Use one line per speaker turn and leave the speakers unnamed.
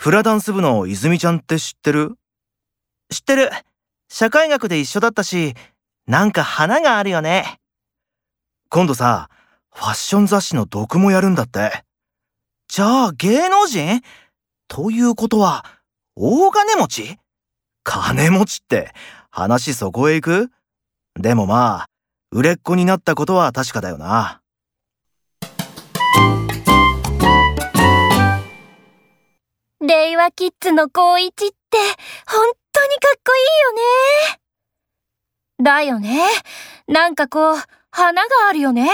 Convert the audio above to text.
フラダンス部の泉ちゃんって知ってる
知ってる。社会学で一緒だったし、なんか花があるよね。
今度さ、ファッション雑誌の読もやるんだって。
じゃあ芸能人ということは、大金持ち
金持ちって話そこへ行くでもまあ、売れっ子になったことは確かだよな。
令和キッズの高一って、本当にかっこいいよね。だよね。なんかこう、花があるよね。